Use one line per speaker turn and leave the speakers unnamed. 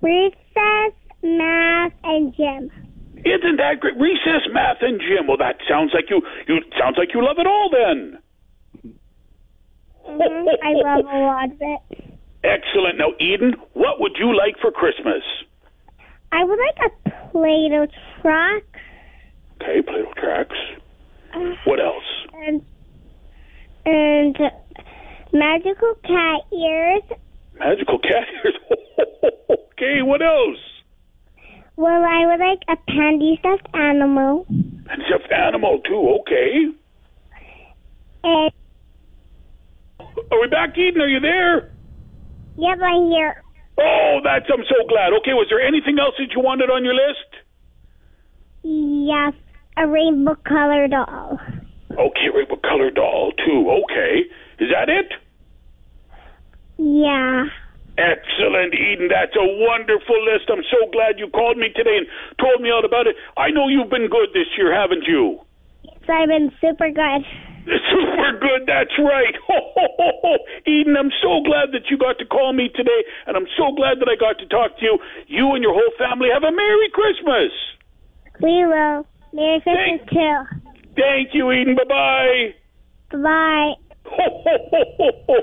Recess, math, and gym.
Isn't that great? Recess, math, and gym. Well, that sounds like you you sounds like you love it all then.
hmm I love a lot of it.
Excellent. Now, Eden, what would you like for Christmas?
I would like a Play-Doh truck
Okay, Play-Doh tracks. What else?
and and magical cat ears.
Magical cat ears. okay, what else?
Well, I would like a candy stuffed animal
And stuffed animal too. Okay.
and
Are we back, Eden? Are you there?
yep, I'm here.
Oh, that's. I'm so glad. Okay, was there anything else that you wanted on your list?
Yes, a rainbow colored doll.
Okay, rainbow color doll too. Okay, is that it?
Yeah.
Excellent, Eden. That's a wonderful list. I'm so glad you called me today and told me all about it. I know you've been good this year, haven't you?
So I've been super good.
Super good. That's right. Ho, ho, ho, ho. Eden, I'm so glad that you got to call me today, and I'm so glad that I got to talk to you. You and your whole family have a Merry Christmas.
We will. Merry Christmas too.
Thank you, Eden. Bye bye.
Bye.
Ho, ho, ho, ho, ho.